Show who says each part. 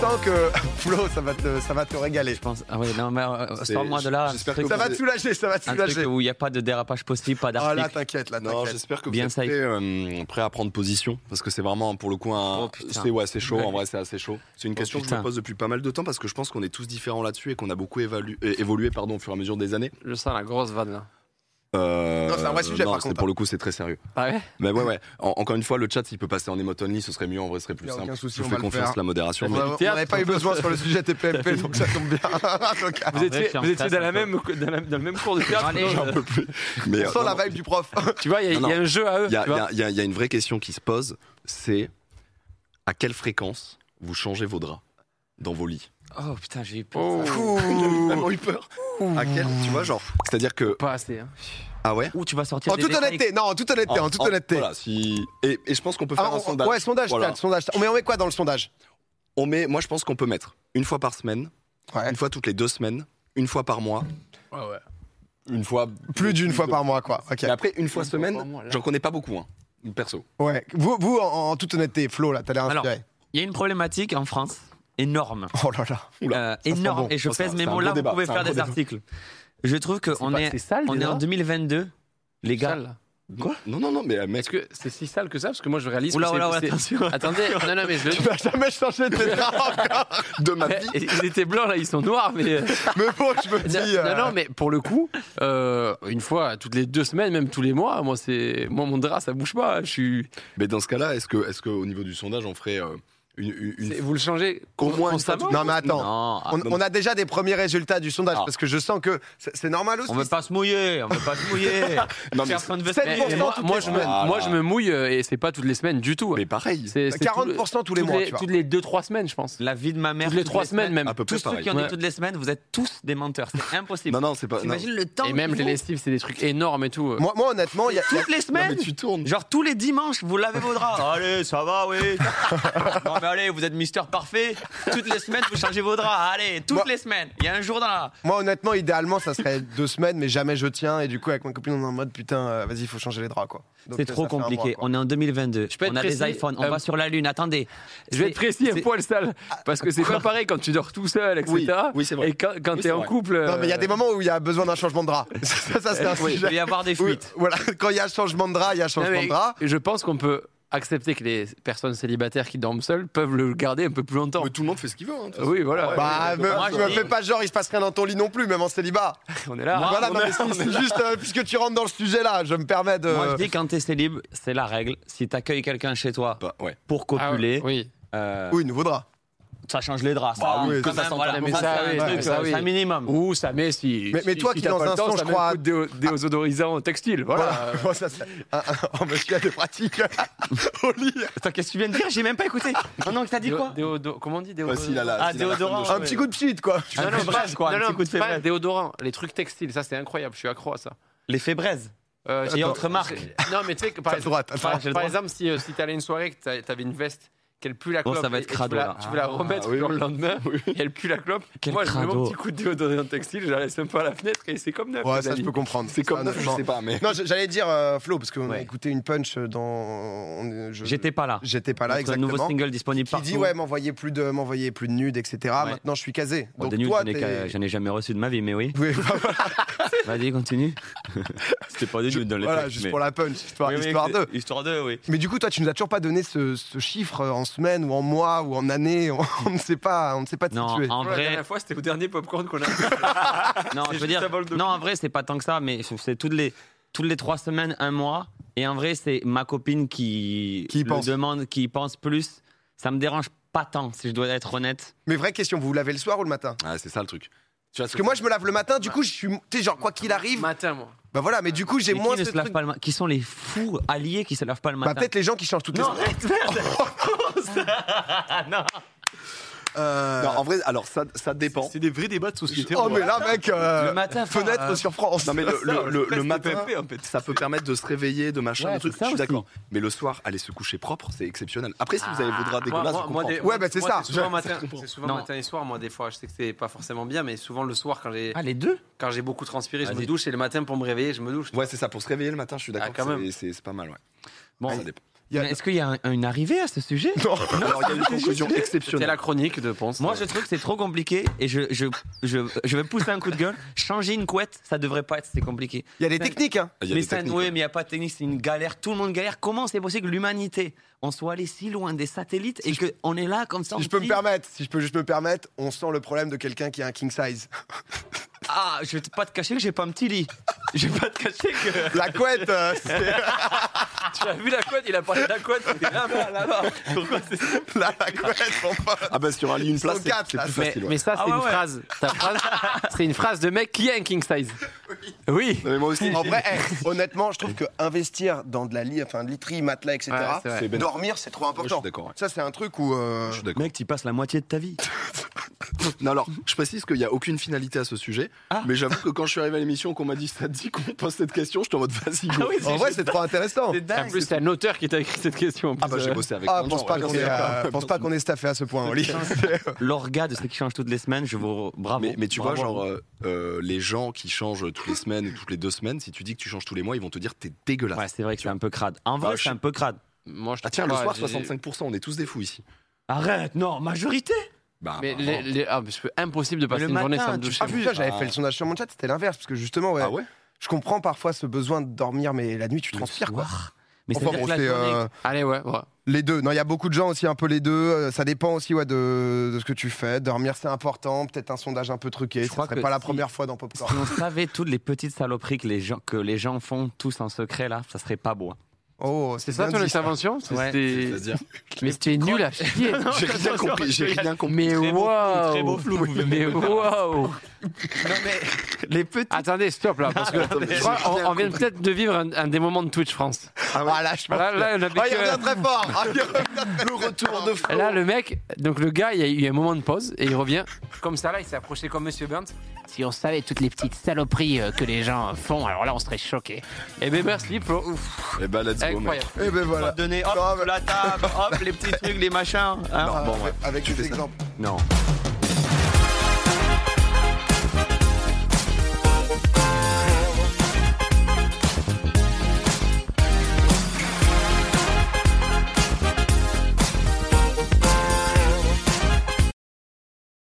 Speaker 1: sens que Flo, ça va te, ça va te régaler.
Speaker 2: Je pense. Ah ouais, non, mais euh,
Speaker 3: C'est-
Speaker 2: sors-moi de là.
Speaker 3: j'espère
Speaker 2: Un
Speaker 3: que
Speaker 1: Ça
Speaker 2: truc-
Speaker 1: va te soulager, ça va te
Speaker 2: Un truc
Speaker 1: soulager.
Speaker 2: où il n'y a pas de dérapage possible, pas
Speaker 1: Ah là,
Speaker 2: d'article.
Speaker 1: t'inquiète, là,
Speaker 3: Non,
Speaker 1: t'inquiète.
Speaker 3: j'espère que vous
Speaker 2: Bien
Speaker 3: êtes
Speaker 2: safe.
Speaker 3: prêts, euh, prêts à prendre position parce que c'est vraiment pour le coup un.
Speaker 2: Oh, putain.
Speaker 3: c'est ouais, c'est chaud. En vrai, c'est assez chaud. C'est une
Speaker 2: Oh,
Speaker 3: question que je
Speaker 2: putain.
Speaker 3: me pose depuis pas mal de temps parce que je pense qu'on est tous différents là-dessus et qu'on a beaucoup évalu- euh, évolué pardon au fur et à mesure des années.
Speaker 4: Je sens la grosse vanne là.
Speaker 3: Euh,
Speaker 1: Non, c'est un vrai sujet,
Speaker 3: non,
Speaker 1: par
Speaker 3: c'est
Speaker 1: contre.
Speaker 3: Pour le coup, c'est très sérieux.
Speaker 4: Ah ouais
Speaker 3: Mais ouais, ouais. En- encore une fois, le chat, il peut passer en émote only, ce serait mieux. En vrai, ce serait plus
Speaker 1: Y a aucun
Speaker 3: simple.
Speaker 1: souci,
Speaker 3: je
Speaker 1: on
Speaker 3: fais
Speaker 1: va le
Speaker 3: confiance
Speaker 1: faire.
Speaker 3: à la modération.
Speaker 1: On
Speaker 3: mais-
Speaker 1: a- on n'avait pas eu besoin sur le sujet TPMP, donc ça tombe bien. Donc,
Speaker 4: Vous étiez,
Speaker 2: je suis en
Speaker 4: vous étiez
Speaker 2: stress
Speaker 4: dans,
Speaker 2: un peu.
Speaker 4: la même, dans, la- dans le même cours de théâtre.
Speaker 2: Allez,
Speaker 4: non,
Speaker 2: euh,
Speaker 3: J'en peux plus.
Speaker 1: on
Speaker 3: Mais, euh,
Speaker 1: sent
Speaker 3: non,
Speaker 1: la vibe du prof.
Speaker 4: Tu vois, il y, a-
Speaker 3: Non,
Speaker 4: il y a un jeu à eux.
Speaker 3: Il y, a-
Speaker 4: tu vois.
Speaker 3: il y a- il y a une vraie question qui se pose, c'est à quelle fréquence vous changez vos draps dans vos lits
Speaker 2: Oh putain, j'ai eu peur.
Speaker 4: Oh,
Speaker 3: Vraiment eu peur. À quelle, tu vois, genre, c'est-à-dire que
Speaker 4: pas assez. hein.
Speaker 3: ah ouais.
Speaker 2: Où tu vas sortir
Speaker 1: En
Speaker 2: des
Speaker 1: toute
Speaker 2: détails.
Speaker 1: honnêteté, non, en toute honnêteté, en toute honnêteté.
Speaker 3: Ah, Voilà, si et, et je pense qu'on peut faire
Speaker 1: Ah,
Speaker 3: un
Speaker 1: on-
Speaker 3: sondage.
Speaker 1: Ouais, sondage,
Speaker 3: Voilà.
Speaker 1: Tad, sondage. Mais on met quoi dans le sondage
Speaker 3: On met, moi, je pense qu'on peut mettre une fois par semaine, une fois toutes les deux semaines, une fois par mois, une fois
Speaker 1: Plus d'une fois par mois, quoi. Ok.
Speaker 3: Et après une fois
Speaker 4: Une fois par
Speaker 3: semaine,
Speaker 4: mois, là.
Speaker 3: j'en connais pas beaucoup, hein, perso.
Speaker 1: Ouais. Vous, vous en, en toute honnêteté, Flo, là, t'as l'air
Speaker 2: Alors.
Speaker 1: inspiré.
Speaker 2: Il y a une problématique en France énorme.
Speaker 1: Oh là là.
Speaker 3: Oula,
Speaker 2: Euh,
Speaker 3: sent
Speaker 2: énorme.
Speaker 3: bon.
Speaker 2: Et je
Speaker 3: Ça, c'est
Speaker 2: pèse
Speaker 3: un-
Speaker 2: mes
Speaker 3: c'est un
Speaker 2: mots
Speaker 3: gros
Speaker 2: là, vous
Speaker 3: débat,
Speaker 2: pouvez
Speaker 3: c'est un
Speaker 2: faire
Speaker 3: gros
Speaker 2: des
Speaker 3: débat.
Speaker 2: articles. Je trouve qu'on
Speaker 4: pas- hein.
Speaker 2: est,
Speaker 4: c'est sale,
Speaker 2: on est
Speaker 4: déjà
Speaker 2: en 2022, les gars.
Speaker 4: Sale.
Speaker 2: Quoi
Speaker 3: Non, non, non, mais euh, mec,
Speaker 4: Est-ce que c'est si sale que ça Parce que moi je réalise
Speaker 2: Oula,
Speaker 4: que
Speaker 2: oula, oula,
Speaker 4: c'est- c'est-
Speaker 2: attention.
Speaker 4: Attendez, non, non, mais je le
Speaker 1: Tu vas jamais changer de tétra.
Speaker 3: de ma vie.
Speaker 4: Ils étaient blancs là, ils sont noirs, mais.
Speaker 1: mais bon, je me dis.
Speaker 4: Non,
Speaker 1: euh,
Speaker 4: non, non, mais pour le coup, euh, une fois toutes les deux semaines, même tous les mois, moi c'est moi mon drap ça bouge pas. Je suis.
Speaker 3: Mais dans ce cas-là, est-ce que, est-ce que au niveau du sondage, on ferait euh, une, une- une-
Speaker 4: c'est- Vous le changez
Speaker 3: Au moins une fois
Speaker 4: constamment.
Speaker 1: Non, mais attends.
Speaker 2: Non, ah,
Speaker 1: On, on a déjà des premiers résultats du sondage
Speaker 3: Ah.
Speaker 1: parce que je sens que c'est c'est normal aussi.
Speaker 2: on veut pas se mouiller, on veut pas se mouiller.
Speaker 3: Non, mais,
Speaker 2: Personne veut se
Speaker 4: Mais-
Speaker 1: Sept-
Speaker 2: mouiller.
Speaker 4: mais moi,
Speaker 1: toutes
Speaker 4: moi,
Speaker 1: les
Speaker 4: je me,
Speaker 3: semaines.
Speaker 4: moi, je me mouille euh, et c'est pas toutes les semaines du tout. hein.
Speaker 3: mais pareil,
Speaker 4: C'est- c'est tout le-
Speaker 1: 40% tous les
Speaker 4: toutes
Speaker 1: mois, tu vois.
Speaker 4: Toutes les 2-3 semaines, je pense.
Speaker 2: La vie de ma mère.
Speaker 4: Toutes les 3 semaines même.
Speaker 3: à peu près
Speaker 2: Tous ceux
Speaker 3: pareil.
Speaker 2: qui en
Speaker 4: Ouais.
Speaker 2: est toutes les semaines, vous êtes tous des menteurs. C'est impossible.
Speaker 3: Non, non, c'est pas. non.
Speaker 2: T'imagines le temps.
Speaker 4: Et même
Speaker 2: qu'ils
Speaker 4: les
Speaker 2: font
Speaker 4: lessives, c'est des trucs énormes et tout. euh.
Speaker 1: Moi, moi, honnêtement, il y a- il y a-
Speaker 2: Toutes les
Speaker 3: Non, mais
Speaker 2: semaines
Speaker 3: tu tournes.
Speaker 2: Genre tous les dimanches, vous lavez vos draps. allez, ça va, oui. non mais allez, vous êtes Mister Parfait. Toutes les semaines, vous changez vos draps. Allez, toutes
Speaker 1: Moi-
Speaker 2: les semaines. Il y a un jour dans la...
Speaker 1: moi, honnêtement, idéalement, ça serait deux semaines, mais jamais je tiens. Et du coup, avec ma copine, on est en mode putain, euh, vas-y, il faut changer les draps, quoi. Donc,
Speaker 2: C'est
Speaker 1: euh,
Speaker 2: trop
Speaker 1: ça fait un mois,
Speaker 2: compliqué.
Speaker 1: quoi.
Speaker 2: on est en 2022.
Speaker 4: peux être
Speaker 2: on a des
Speaker 4: précis,
Speaker 2: iPhones. On
Speaker 4: euh,
Speaker 2: va sur la lune. Attendez.
Speaker 4: Je vais être précis, un
Speaker 2: c'est-
Speaker 4: poil sale. Parce que c'est
Speaker 1: Ah.
Speaker 4: pas pareil quand tu dors tout seul, etc.
Speaker 3: Oui, oui, c'est vrai.
Speaker 4: Et quand, quand
Speaker 3: Oui,
Speaker 4: t'es
Speaker 3: c'est
Speaker 4: en
Speaker 3: vrai.
Speaker 4: couple.
Speaker 1: Non, mais il y a des
Speaker 4: euh,
Speaker 1: moments où il y a besoin d'un changement de drap. ça, ça, c'est un
Speaker 2: Il
Speaker 1: sujet.
Speaker 2: va y avoir des
Speaker 1: Oui,
Speaker 2: fuites.
Speaker 1: voilà, quand il y a changement de drap, il y a
Speaker 4: non,
Speaker 1: changement
Speaker 4: mais
Speaker 1: de drap.
Speaker 4: Je pense qu'on peut accepter que les personnes célibataires qui dorment seules peuvent le garder un peu plus longtemps.
Speaker 3: Mais tout le monde fait ce qu'il veut. hein, de toute façon.
Speaker 4: Oui, voilà.
Speaker 1: Bah, me,
Speaker 2: moi,
Speaker 1: tu
Speaker 2: je
Speaker 1: me
Speaker 2: dis-
Speaker 1: fais pas genre, il se passe rien dans ton lit non plus, même en célibat.
Speaker 4: on est là.
Speaker 2: Moi,
Speaker 1: voilà,
Speaker 2: on
Speaker 1: non,
Speaker 2: est-
Speaker 1: mais c'est- c'est juste, euh, puisque tu rentres dans le sujet là, je me permets de.
Speaker 2: Moi, je dis quand t'es célib, c'est la règle. Si t'accueilles quelqu'un chez toi
Speaker 3: Bah, ouais.
Speaker 2: pour
Speaker 4: Ah,
Speaker 2: copuler,
Speaker 4: oui.
Speaker 2: euh,
Speaker 1: Oui, nouveau drap.
Speaker 2: ça change les draps. ça,
Speaker 3: Bah oui,
Speaker 2: quand
Speaker 3: ça
Speaker 2: même,
Speaker 3: sent
Speaker 2: voilà.
Speaker 3: pas
Speaker 4: bon.
Speaker 2: Ça,
Speaker 4: Ça,
Speaker 2: c'est
Speaker 4: oui,
Speaker 2: un truc,
Speaker 4: ouais, ça,
Speaker 2: euh,
Speaker 4: oui.
Speaker 2: c'est un minimum.
Speaker 4: Ou ça met si.
Speaker 1: Mais- mais
Speaker 4: si-
Speaker 1: toi
Speaker 4: si
Speaker 1: qui
Speaker 4: t'as
Speaker 1: dans
Speaker 4: pas le
Speaker 1: un
Speaker 4: temps,
Speaker 1: son,
Speaker 4: ça
Speaker 1: je
Speaker 4: met
Speaker 1: crois- ah.
Speaker 4: un coup de déo- déodorisant textile. Voilà.
Speaker 1: Voilà. Moi, ça, c'est- Ah, ah, oh, monsieur, il y a des pratiques au lit.
Speaker 2: Attends, qu'est-ce que tu viens de dire J'ai même pas écouté. Oh Non, non, t'as dit
Speaker 4: Déo-
Speaker 2: quoi
Speaker 4: déodo- Comment on dit
Speaker 3: Ouais,
Speaker 4: déodorant
Speaker 3: s'il a la-
Speaker 2: Ah,
Speaker 3: s'il a la
Speaker 2: déodorant,
Speaker 3: femme de
Speaker 2: ouais.
Speaker 3: chat.
Speaker 1: Un petit coup de pchit, quoi.
Speaker 2: Un coup de braise, quoi, un petit coup de
Speaker 4: pas
Speaker 2: fébreze.
Speaker 4: déodorant, les trucs textiles, ça c'est incroyable, je suis accro à ça.
Speaker 2: Les fébraises.
Speaker 4: Euh,
Speaker 2: Et
Speaker 4: j'ai-
Speaker 2: autre marque.
Speaker 4: Non, mais tu sais que par,
Speaker 1: T'as le droit, t'as le
Speaker 4: par-
Speaker 1: droit.
Speaker 2: j'ai le
Speaker 4: par
Speaker 2: droit.
Speaker 4: exemple, si, euh, si t'allais à une soirée et que t'a- t'avais une veste qu'elle pue la
Speaker 2: Oh,
Speaker 4: clope,
Speaker 2: ça va être
Speaker 4: et- et tu
Speaker 2: crado,
Speaker 4: veux la-
Speaker 2: là. Ah,
Speaker 4: tu veux la remettre
Speaker 3: oui,
Speaker 4: pour
Speaker 3: oui.
Speaker 4: le lendemain et elle pue la clope,
Speaker 2: Quel
Speaker 4: moi je mets
Speaker 2: crado.
Speaker 4: mon petit coup de déodorant textile, je la laisse un peu à la fenêtre et c'est comme neuf.
Speaker 1: Ouais,
Speaker 4: les
Speaker 1: ça, je
Speaker 4: amis.
Speaker 1: peux comprendre.
Speaker 3: C'est
Speaker 1: Ça,
Speaker 3: comme neuf, Ah, je
Speaker 1: honnêtement.
Speaker 3: sais pas, mais.
Speaker 1: Non, je- j'allais dire euh, Flo, parce qu'on a
Speaker 2: Ouais.
Speaker 1: écouté une punch dans. on est- je-
Speaker 2: J'étais pas là.
Speaker 1: J'étais pas là,
Speaker 2: Notre
Speaker 1: exactement.
Speaker 2: nouveau single disponible
Speaker 1: qui
Speaker 2: partout.
Speaker 1: dit ouais m'envoyez plus de m'envoyez plus de nudes etc maintenant je suis casé
Speaker 2: Bon,
Speaker 1: donc
Speaker 2: des nudes,
Speaker 1: toi
Speaker 2: j'en ai
Speaker 1: t'es-
Speaker 2: qu'à- j'en ai jamais reçu de ma vie, mais oui.
Speaker 1: Oui, voilà,
Speaker 2: Vas-y, continue. C'était pas des nudes dans les
Speaker 1: voilà,
Speaker 2: faits,
Speaker 1: juste
Speaker 2: mais-
Speaker 1: pour la punch histoire,
Speaker 2: Oui, oui,
Speaker 1: histoire
Speaker 2: c'est-
Speaker 1: d'eux.
Speaker 2: Histoire 2, oui.
Speaker 1: mais du coup toi tu nous as toujours pas donné ce, ce chiffre en semaine ou en mois ou en année on, on ne sait pas on ne sait pas te
Speaker 2: Non,
Speaker 1: situer
Speaker 2: en
Speaker 4: La
Speaker 2: vrai,
Speaker 4: dernière fois, c'était au dernier popcorn qu'on a.
Speaker 2: non, je veux
Speaker 4: juste
Speaker 2: dire,
Speaker 4: avant le docu.
Speaker 2: non, en vrai, c'est pas tant que ça, mais c'est toutes les, toutes les trois semaines, un mois. Et en vrai, c'est ma copine qui,
Speaker 1: Qui y
Speaker 2: le
Speaker 1: pense.
Speaker 2: demande, qui y pense plus. Ça me dérange pas tant, si je dois être honnête.
Speaker 1: mais vraie question vous vous lavez le soir ou le matin
Speaker 3: Ah, c'est ça le truc. Tu vois,
Speaker 1: parce que moi je me lave le matin du coup je suis tu sais genre quoi qu'il arrive
Speaker 4: Matin, moi.
Speaker 1: bah voilà mais du coup j'ai
Speaker 2: Mais
Speaker 1: moins
Speaker 2: qui, ne
Speaker 1: ce
Speaker 2: se lave
Speaker 1: truc
Speaker 2: pas le ma- qui sont les fous alliés qui se lavent pas le
Speaker 1: bah
Speaker 2: matin
Speaker 1: peut-être les gens qui changent toutes les
Speaker 2: Non,
Speaker 1: semaines
Speaker 2: arrête, merde
Speaker 1: Euh,
Speaker 3: Non, en vrai, alors ça, ça dépend.
Speaker 5: C'est des vrais débats de société.
Speaker 1: oh mais là mec euh,
Speaker 2: Le matin, enfin,
Speaker 1: fenêtre
Speaker 2: euh,
Speaker 1: sur France
Speaker 3: Non mais le, le- le- le matin,
Speaker 5: TPMP, en fait.
Speaker 3: ça peut permettre de se réveiller, de machin,
Speaker 2: Ouais,
Speaker 3: de trucs.
Speaker 2: c'est ça
Speaker 3: Je suis
Speaker 2: aussi.
Speaker 3: d'accord. Mais le soir, aller se coucher propre, c'est exceptionnel. Après, si vous avez vos draps
Speaker 4: Moi,
Speaker 3: dégueulasses,
Speaker 4: moi-
Speaker 3: Ah, je
Speaker 4: moi,
Speaker 3: comprends.
Speaker 4: des-
Speaker 1: Ouais,
Speaker 4: moi,
Speaker 1: bah, c'est
Speaker 4: moi,
Speaker 1: ça.
Speaker 4: C'est souvent,
Speaker 1: Je-
Speaker 4: matin, c'est souvent
Speaker 2: Non.
Speaker 4: matin et soir, moi, des fois. Je sais que c'est pas forcément bien, mais souvent le soir, quand j'ai
Speaker 2: Ah, les deux
Speaker 4: quand j'ai beaucoup transpiré, je
Speaker 2: Vas-y.
Speaker 4: me douche et le matin pour me réveiller, je me douche.
Speaker 3: Ouais, c'est ça. Pour se réveiller le matin, je suis d'accord.
Speaker 4: Ah, quand
Speaker 3: que
Speaker 4: même.
Speaker 3: c'est- C'est c'est pas mal. Ouais.
Speaker 2: Bon,
Speaker 3: ça dépend.
Speaker 1: Il y a-
Speaker 2: Mais Est-ce qu'il y a un- une arrivée à ce sujet
Speaker 1: Non.
Speaker 3: Alors, il y a une conclusion
Speaker 4: C'était
Speaker 3: exceptionnelle.
Speaker 4: la chronique, je pense.
Speaker 2: Moi, je trouve que c'est trop compliqué et je, je, je, je vais pousser un coup de gueule. Changer une couette, ça devrait pas être si compliqué.
Speaker 1: Il y a des techniques, hein.
Speaker 3: Ah, Il y a
Speaker 2: mais
Speaker 3: des
Speaker 2: ça,
Speaker 3: techniques.
Speaker 2: oui, mais il n'y a pas de technique, c'est une galère. Tout le monde galère. Comment c'est possible que l'humanité, on soit allé si loin des satellites et qu'on est là comme ça
Speaker 1: Si
Speaker 2: on
Speaker 1: je peux me
Speaker 2: dit,
Speaker 1: permettre, si je peux juste me permettre, on sent le problème de quelqu'un qui a un king size.
Speaker 2: Ah, je vais pas te cacher que j'ai pas un petit lit. Je vais pas te cacher que.
Speaker 1: La couette, euh, c'est-
Speaker 4: tu as vu la couette, il a parlé de la couette. c'était là-bas, là-bas.
Speaker 2: Pourquoi c'est ça
Speaker 1: la, la couette, mon pote.
Speaker 3: Ah bah sur un lit, une place,
Speaker 1: sont
Speaker 3: c'est
Speaker 1: quatre,
Speaker 3: c'est
Speaker 1: là.
Speaker 3: plus
Speaker 4: Mais,
Speaker 3: facile. ouais.
Speaker 4: mais ça, c'est
Speaker 2: Ah ouais,
Speaker 4: une
Speaker 2: ouais.
Speaker 4: phrase. Ta phrase, c'est une phrase de mec qui a un king size. Oui.
Speaker 3: Non, mais moi aussi.
Speaker 1: En vrai, eh, honnêtement, je trouve que investir dans de la lit, enfin, de literie, matelas, etc.
Speaker 4: Ouais, c'est vrai.
Speaker 3: C'est ben-
Speaker 1: dormir, c'est trop
Speaker 3: Moi, je suis
Speaker 1: important.
Speaker 3: d'accord. ouais.
Speaker 1: Ça, c'est un truc où. euh,
Speaker 3: Je suis d'accord.
Speaker 2: Mec, tu passes la moitié de ta vie.
Speaker 3: Non, alors, je précise qu'il n'y a aucune finalité à ce sujet,
Speaker 2: Ah.
Speaker 3: mais j'avoue que quand je suis arrivé à l'émission, qu'on m'a dit ça te dit qu'on pose cette question, j'étais en mode vas-y, go.
Speaker 1: En vrai, c'est trop intéressant.
Speaker 2: C'est
Speaker 4: En
Speaker 2: dingue.
Speaker 4: plus, c'est un auteur qui t'a écrit cette question. en
Speaker 3: Ah
Speaker 4: plus,
Speaker 3: bah j'ai
Speaker 4: euh.
Speaker 3: bossé avec
Speaker 1: Ah,
Speaker 3: plein de
Speaker 1: pense
Speaker 3: gens,
Speaker 1: pas
Speaker 3: ouais.
Speaker 1: qu'on est, euh, pense pas qu'on est staffé à ce point, Oli.
Speaker 2: L'orga de ceux qui changent toutes les semaines, je vous. Bravo.
Speaker 3: Mais, mais tu vois,
Speaker 2: Bravo.
Speaker 3: genre, euh, euh, les gens qui changent toutes les semaines ou toutes les deux semaines, si tu dis que tu changes tous les mois, ils vont te dire t'es dégueulasse.
Speaker 2: Ouais, c'est vrai que c'est un peu crade. En
Speaker 3: Bah,
Speaker 2: vrai,
Speaker 3: je-
Speaker 2: c'est un peu crade.
Speaker 4: Moi, je
Speaker 3: Ah tiens, le
Speaker 4: trouve pas,
Speaker 3: soir,
Speaker 4: j'ai-
Speaker 3: 65%, on est tous des fous ici.
Speaker 2: Arrête, non, majorité
Speaker 3: Bah,
Speaker 4: Mais
Speaker 3: bah,
Speaker 4: les, les- ah, mais je peux impossible de passer
Speaker 2: le
Speaker 4: une journée
Speaker 2: matin,
Speaker 4: sans me
Speaker 2: tu-
Speaker 4: doucher.
Speaker 1: Ah, putain, j'avais fait le sondage sur mon chat, c'était l'inverse, parce que justement, ouais,
Speaker 3: Ah ouais
Speaker 1: je comprends parfois ce besoin de dormir, mais la nuit, tu transpires, quoi.
Speaker 2: Mais
Speaker 1: Enfin,
Speaker 2: c'est-à-dire
Speaker 1: bon,
Speaker 2: que la
Speaker 1: c'est,
Speaker 2: journée-
Speaker 1: euh,
Speaker 4: Allez, ouais, ouais.
Speaker 1: les deux. Non, il y a beaucoup de gens aussi, un peu les deux. Euh, Ça dépend aussi ouais, de, de ce que tu fais. Dormir, c'est important. Peut-être un sondage un peu truqué.
Speaker 2: Je
Speaker 1: Ce
Speaker 2: crois
Speaker 1: serait
Speaker 2: que
Speaker 1: pas la
Speaker 2: si-
Speaker 1: première fois dans Popcorn.
Speaker 2: Si on savait toutes les petites saloperies que les gens, que les gens font tous en secret, là, ça serait pas beau. hein.
Speaker 1: Oh,
Speaker 4: C'est ça
Speaker 1: bien
Speaker 4: ton
Speaker 1: dit,
Speaker 4: intervention Parce que
Speaker 2: Ouais.
Speaker 4: c'était-
Speaker 3: C'est-à-dire
Speaker 4: Mais t'es nul à chier.
Speaker 3: J'ai rien compris, j'ai rien compris.
Speaker 4: Mais
Speaker 2: Très beau flou,
Speaker 4: waouh
Speaker 2: très beau flou, vous venez
Speaker 4: Mais
Speaker 2: de me faire.
Speaker 4: waouh
Speaker 2: Non, mais les petites.
Speaker 4: Attendez, stop là, parce que
Speaker 3: mais
Speaker 4: je crois
Speaker 3: j'ai
Speaker 4: qu'on-
Speaker 3: rien
Speaker 4: on, vient peut-être de vivre un, un des moments de Twitch France.
Speaker 1: Ah, là, je pense
Speaker 4: Là,
Speaker 1: que-
Speaker 4: là, on a
Speaker 1: Ah, il
Speaker 4: vécu, euh,
Speaker 1: revient très fort. Ah, il revient très- Le retour de
Speaker 4: Et Là, le mec, donc le gars, il y a eu un moment de pause et il revient comme ça. Là, il s'est approché comme Monsieur Burns. Si on savait toutes les petites saloperies euh, que les gens font, alors là, on serait choqués. Et ben merci, Flo.
Speaker 3: Eh bah, let's go, mec.
Speaker 4: Incroyable.
Speaker 1: Et ben
Speaker 2: On va
Speaker 1: voilà.
Speaker 2: te donner hop,
Speaker 1: Non, mais-
Speaker 2: la table, hop, les petits trucs, les machins. hein.
Speaker 3: Non, bon, ouais.
Speaker 1: Avec Ah, des exemples.
Speaker 2: Non.